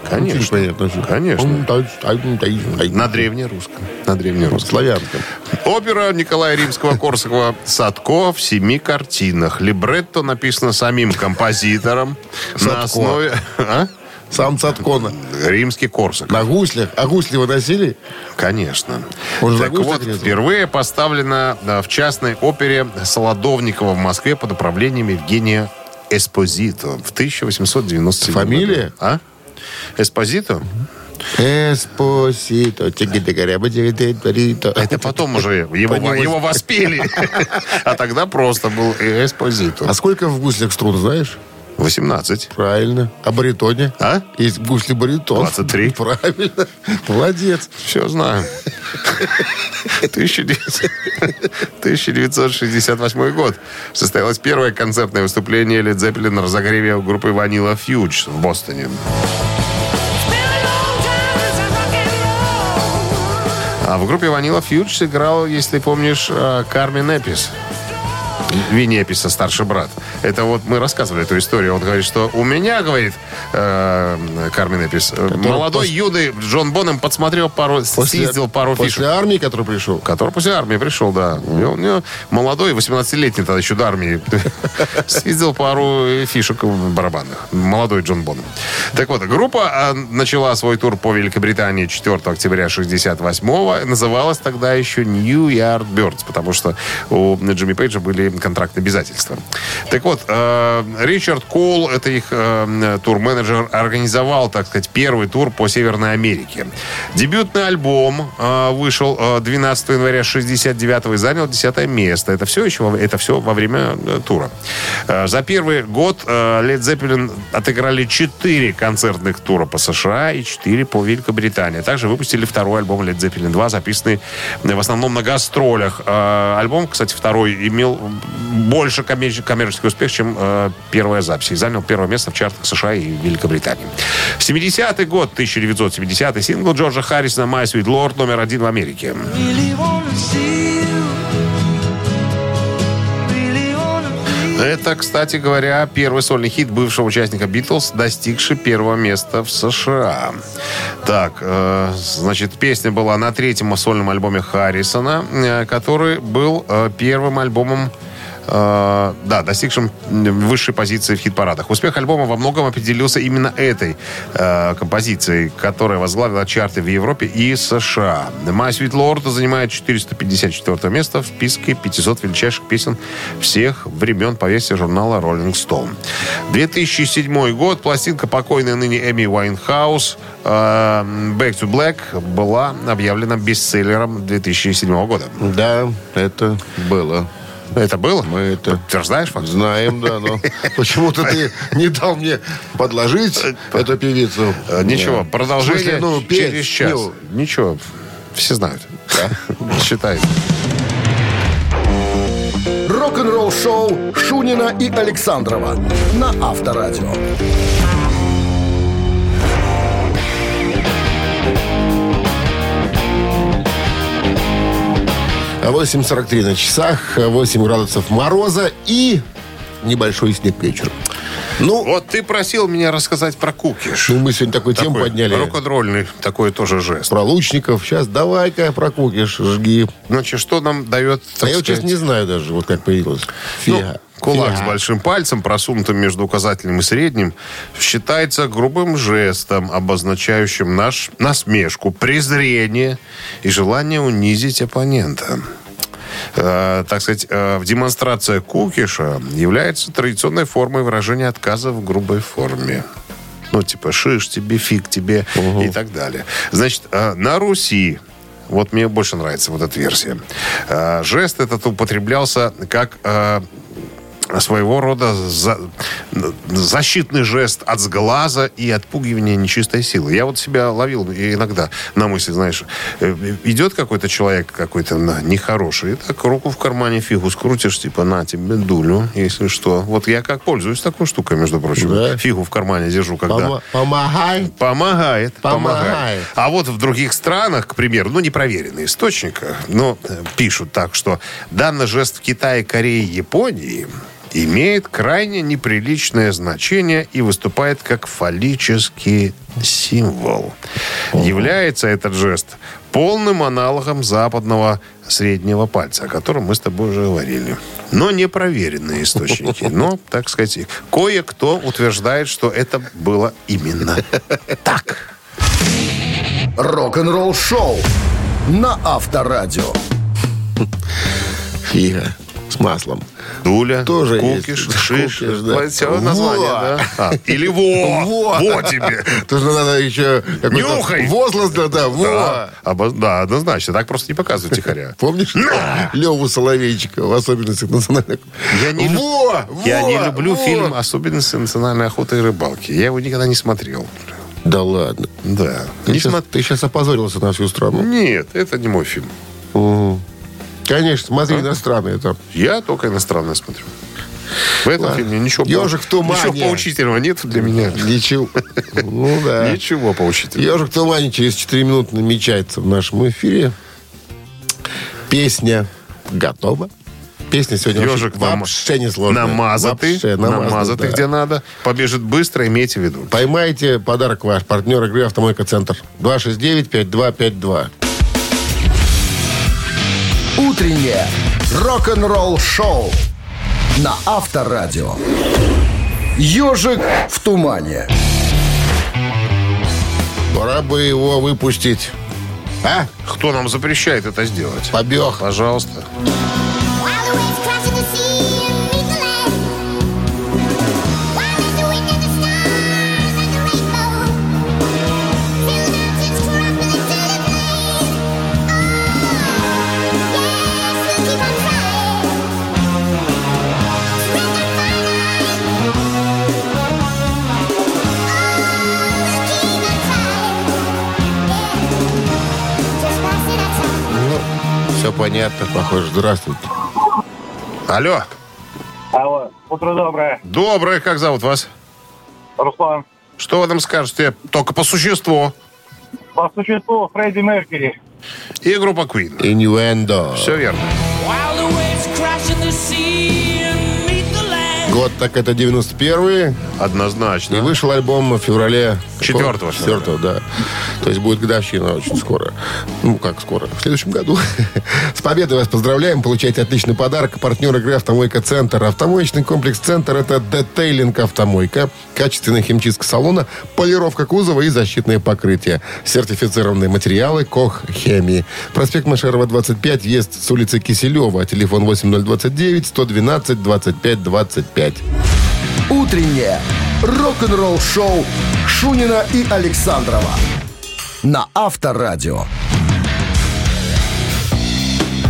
S3: Конечно.
S2: Понятно, что-
S3: Конечно.
S2: Ум, та- та- та-
S3: На древнерусском. На древнерусском.
S2: Славянском.
S3: Опера Николая Римского-Корсакова «Садко» в семи картинах. Либретто написано самим композитором
S2: Садко.
S3: на основе... А?
S2: Сам Садкона.
S3: Римский Корсак.
S2: На гуслях. А гусли выносили?
S3: Конечно.
S2: Он же
S3: так
S2: загуст
S3: вот,
S2: отрезал.
S3: впервые поставлена да, в частной опере Солодовникова в Москве под управлением Евгения Эспозито в 1897
S2: Фамилия?
S3: году. А? Эспозито?
S2: Эспосито. тики-тика-ряба-тики-тик-барито.
S3: Это А потом уже его,
S2: Понялось.
S3: его воспели. А тогда просто был Эспозито.
S2: А сколько в гуслях струн, знаешь?
S3: 18.
S2: Правильно. А баритоне?
S3: А?
S2: Есть гусли баритон.
S3: 23.
S2: Правильно. Молодец.
S3: Все знаю. 1968 год. Состоялось первое концертное выступление Led Zeppelin на разогреве группы Vanilla Fudge в Бостоне. А в группе Vanilla Fudge сыграл, если помнишь, э, Кармен Эпис. Винни Эписа, старший брат. Это вот мы рассказывали эту историю. Он говорит, что у меня, говорит э, Кармен Эпис, э, молодой,
S2: пос-
S3: юный Джон Боннем подсмотрел пару, съездил пару
S2: после
S3: фишек
S2: армии, который пришел.
S3: который после армии пришел, да. И он, э, молодой, 18-летний тогда еще до армии. Съездил пару э, фишек барабанных. Молодой Джон Бон. Так вот, группа э, начала свой тур по Великобритании 4 октября 68-го. Называлась тогда еще New Yard Birds, потому что у Джимми Пейджа были контрактные обязательства. Так вот, э, Ричард Коул, это их э, тур-менеджер, организовал, так сказать, первый тур по Северной Америке. Дебютный альбом э, вышел э, 12 января 69 и занял 10 место. Это все еще во- это все во время э, тура. Э, за первый год э, Led Zeppelin отыграли 4 концертных тура по США и 4 по Великобритании. Также выпустили второй альбом Led Zeppelin 2, записанный э, в основном на гастролях. Э, альбом, кстати, второй имел больше коммерческий, коммерческий успех, чем э, первая запись. И занял первое место в чартах США и Великобритании. 70-й год, 1970-й, сингл Джорджа Харрисона «My Sweet Lord» номер один в Америке. Это, кстати говоря, первый сольный хит бывшего участника Битлз, достигший первого места в США. Так, э, значит, песня была на третьем сольном альбоме Харрисона, э, который был э, первым альбомом э, да, достигшим м, высшей позиции в хит-парадах. Успех альбома во многом определился именно этой э, композицией, которая возглавила чарты в Европе и США. «My Sweet Lord» занимает 454 место в списке 500 величайших песен всех времен по версии журнала Rolling Stone. 2007 год. Пластинка покойной ныне Эми Уайнхаус э, «Back to Black» была объявлена бестселлером 2007 года.
S2: Да, это было.
S3: Это было?
S2: Мы это
S3: Подтверждаешь, Фокс?
S2: знаем, да, но почему-то ты не дал мне подложить эту певицу.
S3: Э, Ничего,
S2: Да.
S3: продолжение
S2: В смысле, ну, петь,
S3: через час.
S2: ну,
S3: Ничего, все знают. Считай.
S1: Рок-н-ролл-шоу Шунина и Александрова на Авторадио.
S2: 8.43 на часах, 8 градусов мороза и небольшой снег вечером. Ну,
S3: Вот ты просил меня рассказать про кукиш.
S2: ну, мы сегодня такую тему
S3: Такой
S2: подняли.
S3: Рок-н-ролльный такой тоже жест.
S2: Про лучников. Сейчас давай-ка про кукиш жги.
S3: Значит, что нам дает, так
S2: а я вот сейчас
S3: сказать,
S2: не знаю даже, вот как появилось.
S3: ну,
S2: Фига.
S3: кулак с
S2: Фига.
S3: большим пальцем, просунутым между указательным и средним, считается грубым жестом, обозначающим наш насмешку, презрение и желание унизить оппонента. Э, так сказать, э, в демонстрация кукиша является традиционной формой выражения отказа в грубой форме. Ну, типа, шиш тебе, фиг тебе и так далее. Значит, э, на Руси, вот мне больше нравится вот эта версия, э, жест этот употреблялся как э, своего рода за- защитный жест от сглаза и отпугивания нечистой силы. Я вот себя ловил иногда на мысли, знаешь, э, идет какой-то человек какой-то на- нехороший, и так руку в кармане фигу скрутишь, типа, на тебе дулю, если что. Вот я как пользуюсь такой штукой, между прочим.
S2: Да.
S3: Фигу в кармане держу, когда...
S2: Помо- Помогай.
S3: Помогает, помогает.
S2: Помогает.
S3: А вот в других странах, к примеру, ну, непроверенный источник, э, но э, пишут так, что данный жест в Китае, Корее, Японии имеет крайне неприличное значение и выступает как фаллический символ. Является этот жест полным аналогом западного среднего пальца, о котором мы с тобой уже говорили. Но не проверенные источники. Но, так сказать, кое-кто утверждает, что это было именно так.
S1: Рок-н-ролл шоу на Авторадио.
S2: Фига. С маслом.
S3: Дуля,
S2: Тоже
S3: кукиш,
S2: есть.
S3: шиш.
S2: Кукиш, да.
S3: Вот всё название,
S2: Во.
S3: да? А, или во,
S2: Во.
S3: во, тебе.
S2: Тоже надо еще... какой-то
S3: Нюхай.
S2: Возглас, да, да, во.
S3: Да, обоз- да, однозначно. Так просто не показывают тихаря.
S2: Помнишь Леву Соловейчика в особенностях национальных?
S3: Я не, лю-
S2: Во!
S3: я
S2: во,
S3: не люблю
S2: во.
S3: фильм «Особенности национальной охоты и рыбалки». Я его никогда не смотрел.
S2: Да ладно.
S3: Да.
S2: Ты
S3: Не
S2: сейчас,
S3: смо-
S2: опозорился на всю страну.
S3: Нет, это не мой фильм.
S2: Конечно, смотри иностранные там.
S3: Я только иностранное смотрю. В этом
S2: Ладно.
S3: фильме ничего, по-
S2: «Ежик в тумане».
S3: ничего поучительного нет для меня.
S2: Ничего. Ну да.
S3: Ничего поучительного.
S2: Ежик в тумане через 4 минуты намечается в нашем эфире. Песня готова. Песня сегодня
S3: Ежик
S2: вообще,
S3: нам-
S2: вообще не сложная.
S3: намазатый,
S2: Вообще
S3: намазатый
S2: да.
S3: где надо. Побежит быстро, имейте в виду.
S2: Поймайте подарок ваш. Партнер игры «Автомойка-центр». 269-5252.
S1: Утреннее рок-н-ролл шоу на Авторадио. Ежик в тумане.
S2: Пора бы его выпустить. А?
S3: Кто нам запрещает это сделать?
S2: Побег.
S3: Пожалуйста.
S8: While the waves crash in the sea and meet the land. While there's the wind and the stars and the rainbow. Till the mountains crumble into the plain. Oh, yes, we'll keep on trying. Spread the firelight. Oh, we'll keep on trying. Yeah. Just once at a time.
S2: Ну, все понятно, похоже. Здравствуйте.
S3: Алло.
S4: Алло, утро доброе.
S3: Доброе, как зовут вас?
S4: Руслан,
S3: Что вы нам скажете? Только по существу.
S4: по существу Фредди Меркьюри.
S3: И группа Queen.
S2: Иньюэндо.
S3: Все верно.
S6: While the waves crash in the sea and meet the land.
S2: Год так это 91-й. И
S3: Однозначно.
S2: вышел альбом в феврале...
S3: Четвертого, что ли?
S2: Четвертого, да. То есть будет годовщина очень скоро. Ну, как скоро? В следующем году. С победой вас поздравляем. Получайте отличный подарок. Партнер игры «Автомойка-центр». Автомоечный комплекс «Центр» — это детейлинг «Автомойка», качественная химчистка салона, полировка кузова и защитные покрытия. Сертифицированные материалы «Кох Хемии». Проспект Машерова, 25, въезд с улицы Киселева. Телефон 8029-112-25-25.
S1: Утреннее рок-н-ролл шоу Шунина и Александрова на Авторадио.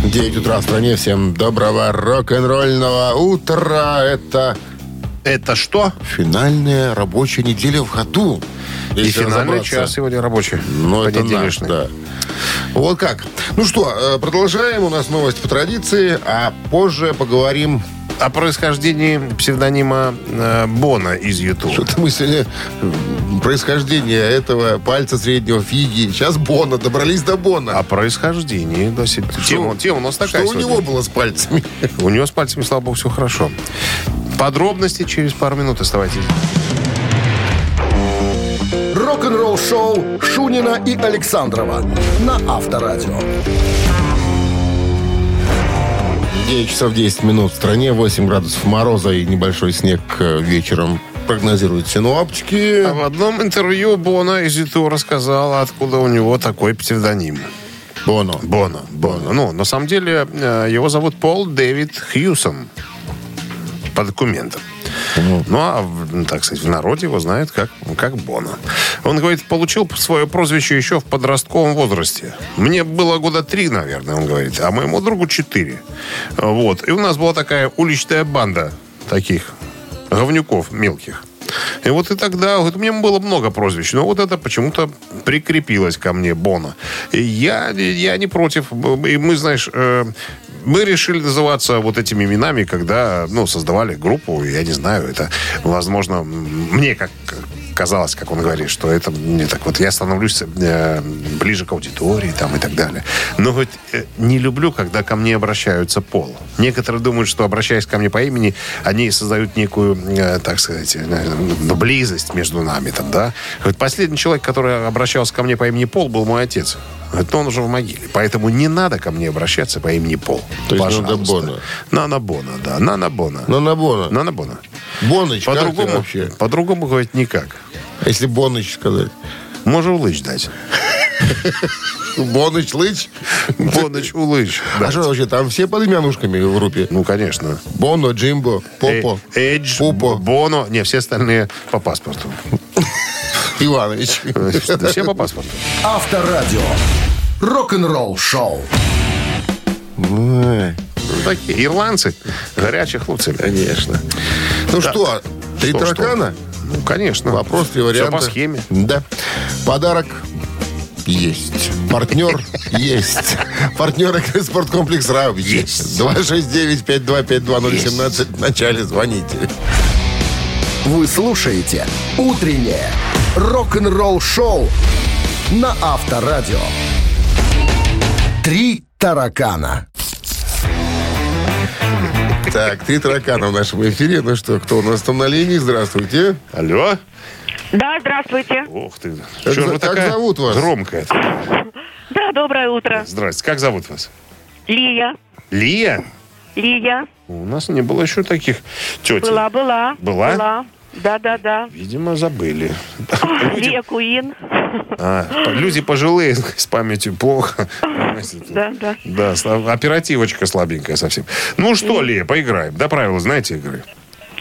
S2: 9 утра в стране. Всем доброго рок-н-ролльного утра. Это
S3: Это что?
S2: финальная рабочая неделя в ходу.
S3: И
S2: Если
S3: финальный
S2: разобраться.
S3: час сегодня рабочий.
S2: Ну, это наш,
S3: Понедельничный.
S2: да. Вот как. Ну что, э, продолжаем. У нас новость по традиции, а позже поговорим.
S3: О происхождении псевдонима э, Бона из YouTube.
S2: Что-то мы сегодня м, происхождение этого пальца среднего фиги. Сейчас Бона. Добрались до Бона.
S3: О происхождении. Да, се- А тема, тема у нас такая
S2: Что у
S3: сегодня.
S2: него было с пальцами?
S3: У него с пальцами, слава богу, все хорошо. Подробности через пару минут оставайтесь.
S1: Рок-н-ролл шоу Шунина и Александрова на Авторадио.
S2: 9 часов 10 минут в стране, 8 градусов мороза и небольшой снег э, вечером прогнозируют синоптики.
S3: В одном интервью Бона из YouTube рассказала, откуда у него такой псевдоним.
S2: Боно.
S3: Бона, Бона. Ну, на самом деле, э, его зовут Пол Дэвид Хьюсон. По документам. Ну, а, в- так сказать, в народе его знают как, как Бона. Он, говорит, получил свое прозвище еще в подростковом возрасте. Мне было года три, наверное, он говорит, а моему другу четыре. Вот. И у нас была такая уличная банда таких говнюков мелких. И вот и тогда, вот у меня было много прозвищ, но вот это почему-то прикрепилось ко мне Бона. И я, я не против. И мы, знаешь, э, мы решили называться вот этими именами, когда, ну, создавали группу, я не знаю, это, возможно, мне как казалось, как он говорит, что это не так вот. Я становлюсь э, ближе к аудитории там и так далее. Но хоть э, не люблю, когда ко мне обращаются пол. Некоторые думают, что обращаясь ко мне по имени, они создают некую, э, так сказать, э, близость между нами там, да. Хоть последний человек, который обращался ко мне по имени Пол, был мой отец. Говорит, он уже в могиле. Поэтому не надо ко мне обращаться по имени Пол.
S2: То есть
S3: Пожалуйста.
S2: надо Бона.
S3: Нана Бона, да. Нана Бона.
S2: Ну, на Бона.
S3: Нана Бона.
S2: Боныч, как ты
S3: По-другому,
S2: вообще?
S3: по-другому говорить никак.
S2: Если Боныч сказать.
S3: Можешь улыч дать.
S2: Ну, Боныч, лыч.
S3: Боныч, улыч.
S2: А что вообще, там все под имянушками в группе?
S3: Ну, конечно.
S2: Боно, Джимбо, Попо,
S3: Э- Эдж,
S2: Пупо.
S3: Боно. Не, все остальные по паспорту.
S2: Иванович.
S3: Все по паспорту.
S1: Авторадио. Рок-н-ролл шоу.
S3: Ну, Такие ирландцы, горячие хлопцы.
S2: Конечно. Ну что, три
S3: Что, что?
S2: таракана?
S3: Ну, конечно.
S2: Вопрос, три
S3: Всё
S2: варианта.
S3: по схеме.
S2: Да. Подарок есть. Партнер есть. Партнер игры спорткомплекс «Рау» есть. 269-525-2017. Вначале звоните.
S1: Вы слушаете «Утреннее рок-н-ролл-шоу» на Авторадио. «Три таракана».
S2: Так, три таракана в нашем эфире. Ну что, кто у нас там на линии? Здравствуйте.
S3: Алло.
S9: Да, здравствуйте.
S3: Ох ты.
S2: Как
S3: Чё
S2: за-
S3: вы
S2: как
S3: такая
S2: зовут вас?
S3: Громкая.
S9: Да, доброе утро.
S3: Здрасте. Как зовут вас?
S9: Лия.
S3: Лия?
S9: Лия.
S3: У нас не было еще таких тетей.
S9: Была, была.
S3: Была?
S9: Была. Да, да, да.
S3: Видимо, забыли. Люди,
S9: Лия Куин.
S3: а, по- люди пожилые с памятью плохо.
S9: Да, да.
S3: Да, слаб- оперативочка слабенькая совсем. Ну что, Лия, поиграем. Да, правила знаете игры?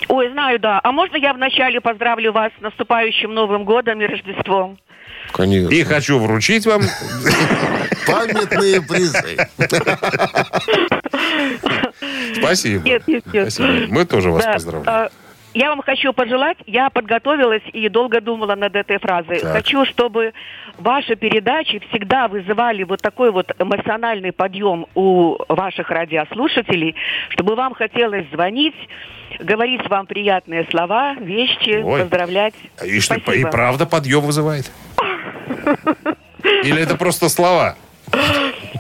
S9: Ой, знаю, да. А можно я вначале поздравлю вас с наступающим Новым годом и Рождеством?
S2: Конечно.
S3: И хочу вручить вам...
S2: Памятные призы.
S3: Спасибо.
S9: Нет, нет, нет.
S3: Спасибо. Мы тоже вас
S9: Да,
S3: поздравляем.
S9: э, Я вам хочу пожелать, я подготовилась и долго думала над этой фразой.
S3: Так.
S9: Хочу, чтобы ваши передачи всегда вызывали вот такой вот эмоциональный подъем у ваших радиослушателей, чтобы вам хотелось звонить, говорить вам приятные слова, вещи,
S3: Ой. А
S9: поздравлять.
S3: И что, и
S9: А, Спасибо.
S3: правда подъем вызывает? Или это просто слова?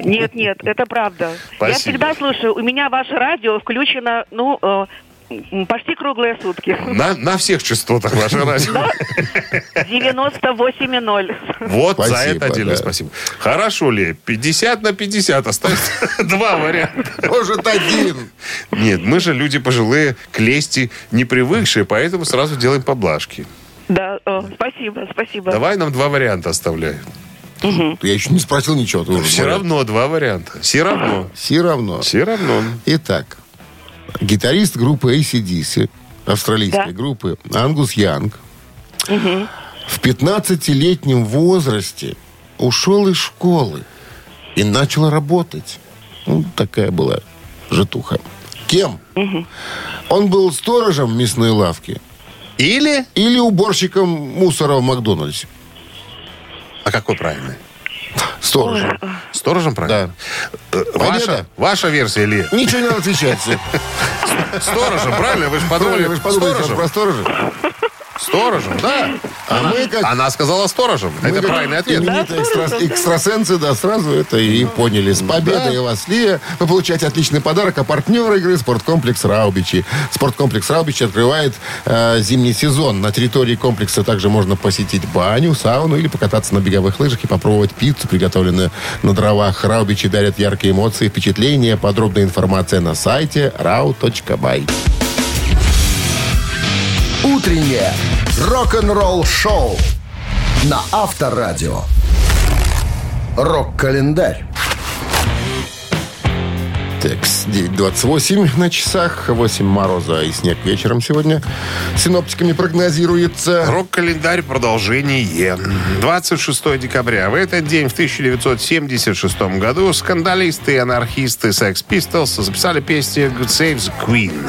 S9: Нет, нет, это правда. Я
S3: Спасибо.
S9: всегда слушаю, у меня ваше радио включено, ну, э, м, почти круглые сутки.
S3: На, на всех частотах ваше радио.
S9: 98,0.
S3: Вот за
S2: Спасибо,
S3: это отдельное
S2: да.
S3: спасибо. Хорошо, Лия, 50 на 50. Остается два варианта.
S2: Может, один.
S3: Нет, мы же люди пожилые, к лести не привыкшие, поэтому сразу делаем поблажки.
S9: Да, э, спасибо, спасибо.
S3: Давай нам два варианта оставляй.
S2: Я еще не спросил ничего. ты уже
S3: Все
S2: говорил.
S3: равно два варианта. Все равно.
S2: Все равно.
S3: Все равно.
S2: Итак, гитарист группы ACDC, австралийской
S9: Да.
S2: группы, Ангус Янг, в 15-летнем возрасте ушел из школы и начал работать. Ну, такая была житуха. Кем? Он был сторожем в мясной лавки
S3: Или...
S2: или уборщиком мусора в Макдональдсе?
S3: А какой правильный?
S2: Сторожем.
S3: Сторожем правильно? Да. Ваша,
S2: Победа.
S3: ваша версия, Лия.
S2: Ничего не надо отвечать.
S3: Сторожем, правильно? Вы же подумали.
S2: Правильно, Вы же подумали сейчас про
S3: А Сторожем.
S2: сторожа.
S3: Сторожем, да.
S2: А мы как
S3: Она сказала сторожем. Это
S2: как
S3: правильный ответ.
S2: Именитые экстра- экстрасенсы, да, сразу это и поняли. С победой вас, Лия. Вы получаете отличный подарок, а партнер игры «Спорткомплекс Раубичи». «Спорткомплекс Раубичи» открывает э, зимний сезон. На территории комплекса также можно посетить баню, сауну или покататься на беговых лыжах и попробовать пиццу, приготовленную на дровах. Раубичи дарят яркие эмоции, впечатления. Подробная информация на сайте rau.by.
S1: «Утреннее рок-н-ролл шоу» на Авторадио. Рок-календарь.
S2: Так, 9.28 на часах, 8 мороза и снег вечером сегодня. Синоптиками прогнозируется...
S3: Рок-календарь продолжение. 26 декабря. В этот день, в 1976 году, скандалисты и анархисты Sex Pistols записали песню «God Saves Queen».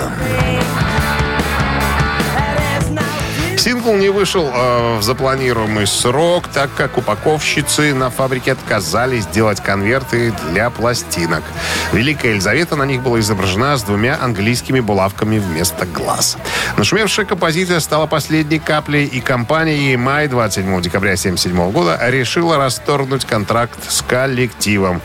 S3: Сингл не вышел э, в запланируемый срок, так как упаковщицы на фабрике отказались делать конверты для пластинок. Великая Елизавета на них была изображена с двумя английскими булавками вместо глаз. Нашумевшая композиция стала последней каплей, и компания EMI 27 декабря 1977 года решила расторгнуть контракт с коллективом.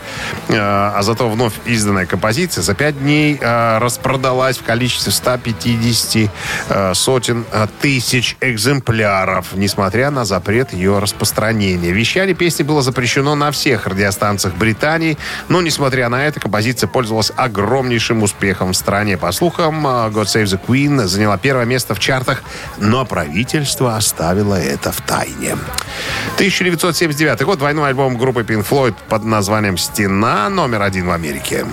S3: Э, а зато вновь изданная композиция за пять дней э, распродалась в количестве 150 э, сотен э, тысяч экземпляров, несмотря на запрет ее распространения. Вещание песни было запрещено на всех радиостанциях Британии, но, несмотря на это, композиция пользовалась огромнейшим успехом в стране. По слухам, э, God Save the Queen заняла первое место в чартах, но правительство оставило это в тайне. 1979 год, двойной альбом группы Pink Floyd под названием «Стена» номер один в Америке.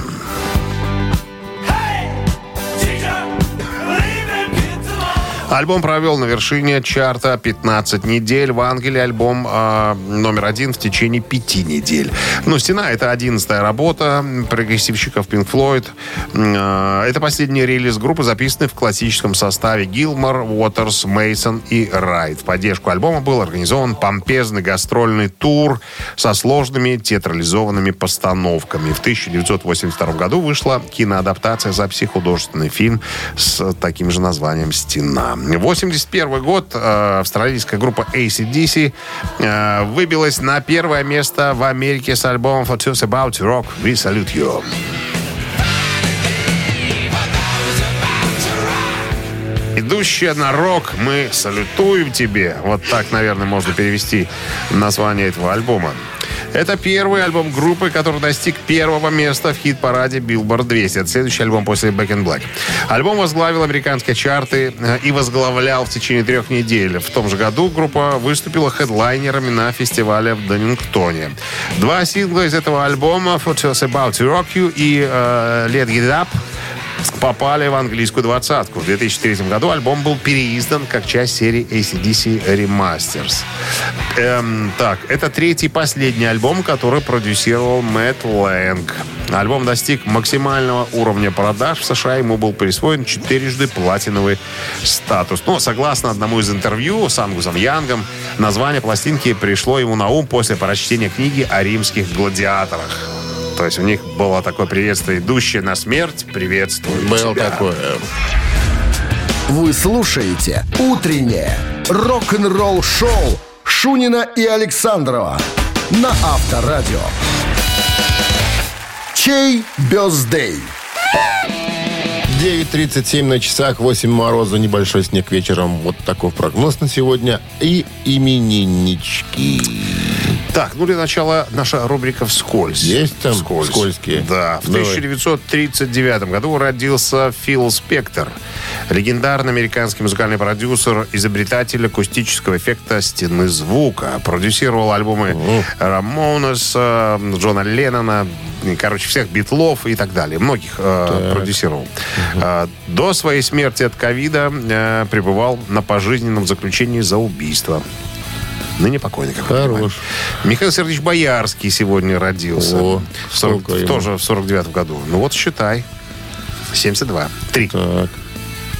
S3: Альбом провел на вершине чарта 15 недель. В Англии альбом э, номер один в течение пяти недель. Ну, «Стена» — это 11-я работа прогрессивщиков Pink Floyd. Э, это последний релиз группы, записанный в классическом составе Гилмор, Уотерс, Мейсон и Райт. В поддержку альбома был организован помпезный гастрольный тур со сложными театрализованными постановками. В 1982 году вышла киноадаптация записи художественный фильм с таким же названием «Стена». 81 год э, австралийская группа ACDC э, выбилась на первое место в Америке с альбомом «For Tooth About Rock» «We Salute You». Идущая на рок, мы салютуем тебе. Вот так, наверное, можно перевести название этого альбома. Это первый альбом группы, который достиг первого места в хит-параде Billboard 200. Это следующий альбом после Back in Black. Альбом возглавил американские чарты э, и возглавлял в течение трех недель. В том же году группа выступила хедлайнерами на фестивале в Донингтоне. Два сингла из этого альбома «For Just About to Rock You» и э, «Let It Up» попали в английскую двадцатку. В 2003 году альбом был переиздан как часть серии ACDC Remasters. Эм, так, это третий и последний альбом, который продюсировал Мэтт Лэнг. Альбом достиг максимального уровня продаж в США. Ему был присвоен четырежды платиновый статус. Но, согласно одному из интервью с Ангусом Янгом, название пластинки пришло ему на ум после прочтения книги о римских гладиаторах. То есть у них было такое приветствие, идущее на смерть, приветствую
S2: Был
S3: тебя».
S2: такой.
S1: Вы слушаете «Утреннее рок-н-ролл-шоу» Шунина и Александрова на Авторадио. Чей бездей?
S2: 9.37 на часах, 8 мороза, небольшой снег вечером. Вот такой прогноз на сегодня. И имениннички.
S3: Так, ну для начала наша рубрика «Вскользь».
S2: Есть там «Вскользькие»?
S3: Да. В
S2: Давай.
S3: 1939 году родился Фил Спектор, легендарный американский музыкальный продюсер, изобретатель акустического эффекта стены звука. Продюсировал альбомы Рамонеса, Джона Леннона, и, короче, всех битлов и так далее. Многих э, продюсировал. Э, до своей смерти от ковида э, пребывал на пожизненном заключении за убийство. Ныне покойный, как вы
S2: Хорош.
S3: понимаете. Михаил Сергеевич Боярский сегодня родился.
S2: О,
S3: в 40
S2: сколько ему?
S3: тоже в 49 году. Ну вот считай. 72. 3.
S2: Так.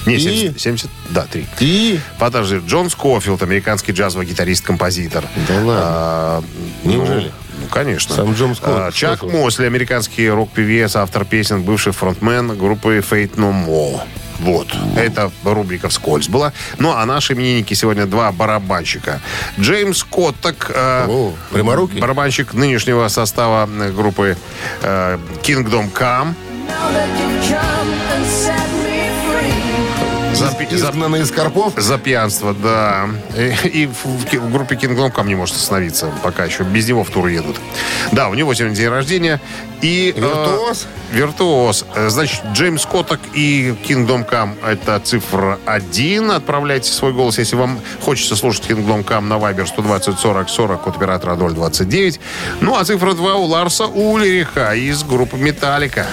S3: Не,
S2: И?
S3: 70, 70, да, 3.
S2: И
S3: Подожди, Джон Скофилд, американский джазовый гитарист-композитор.
S2: Да ладно?
S3: А, ну,
S2: Неужели?
S3: Ну, конечно.
S2: Сам Джон Скофилд.
S3: А, Чак
S2: Скофилд.
S3: Мосли, американский рок-певец, автор песен, бывший фронтмен группы Fate No More. Вот. Это рубрика «Вскользь» была. Ну, а наши именинники сегодня два барабанщика. Джеймс Коттак. э,
S2: О, пряморукий?
S3: Барабанщик нынешнего состава э, группы э, Kingdom Come. Запи- за-
S2: изгнанный из Карпов.
S3: за пьянство, да. И, и в, в ки- в группе Кингдом Come не может остановиться пока еще. Без него в тур едут. Да, у него сегодня день рождения. И, э,
S2: Виртуоз?
S3: виртуоз. Э, Значит, Джеймс Коток и Кингдом Кам это цифра 1. Отправляйте свой голос, если вам хочется слушать Кингдом Кам на Viber 120 40 40 код оператора 029. Ну, а цифра 2 у Ларса Улериха из группы Металлика.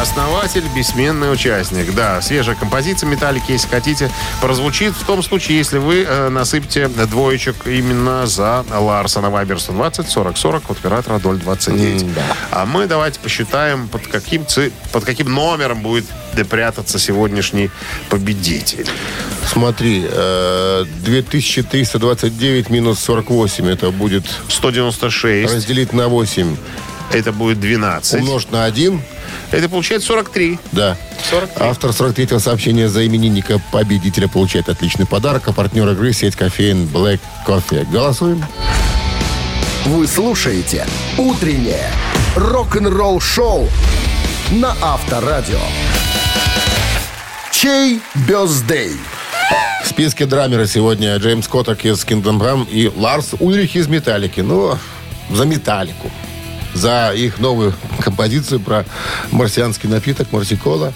S3: Основатель, бессменный участник. Да, свежая композиция «Металлики», если хотите, прозвучит в том случае, если вы э, насыпете двоечек именно за Ларсона Вайбер 120 40 40 от оператора 029. А мы давайте посчитаем, под каким, ци- под каким номером будет прятаться сегодняшний победитель.
S2: Смотри, э, 2329 минус 48, это будет
S3: 196.
S2: разделить на 8,
S3: Это будет 12.
S2: умножить на 1,
S3: Это получается 43.
S2: да.
S3: 43.
S2: Автор 43-го сообщения за именинника победителя получает отличный подарок, а партнер игры сеть кофеин Black Coffee. Голосуем.
S1: Вы слушаете «Утреннее рок-н-ролл-шоу» на Авторадио. Чей бездей?
S2: В списке драмера сегодня Джеймс Коттак из Kingdom Come и Ларс Ульрих из Металлики. Ну, за Металлику. За их новую композицию про марсианский напиток, марсикола.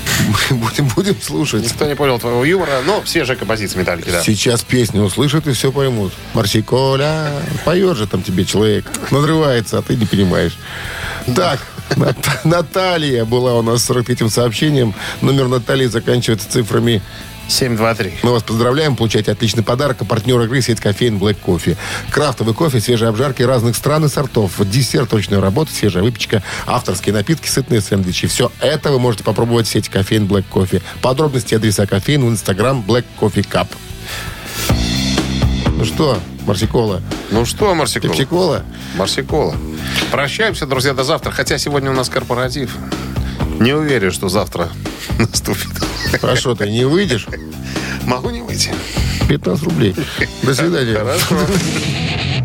S2: Будем, будем слушать.
S3: Никто не понял твоего юмора, но свежая композиция «Металлики», да.
S2: Сейчас песню услышат и все поймут. Марсиколя, поет же там тебе человек. Надрывается, а ты не понимаешь. Так, Нат- Наталья была у нас с 43-м сообщением. Номер Натальи заканчивается цифрами
S3: 723.
S2: мы вас поздравляем, получаете отличный подарок. А партнер игры сеть кофеин Black Coffee. Крафтовый кофе, свежие обжарки разных стран и сортов. Десерт, точная работа, свежая выпечка, авторские напитки, сытные сэндвичи. Все это вы можете попробовать в сети кофеин Black Coffee. Подробности и адреса кофеин в инстаграм Black Coffee Cup. Ну что, Марсикола,
S3: Ну что, Марсикола?
S2: Пепсикола?
S3: Марсикола. Прощаемся, друзья, до завтра. Хотя сегодня у нас корпоратив. Не уверен, что завтра наступит.
S2: Хорошо, ты не выйдешь?
S3: Могу не выйти.
S2: 15 рублей. До свидания.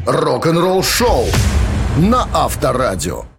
S1: Рок-н-ролл-шоу на Авторадио.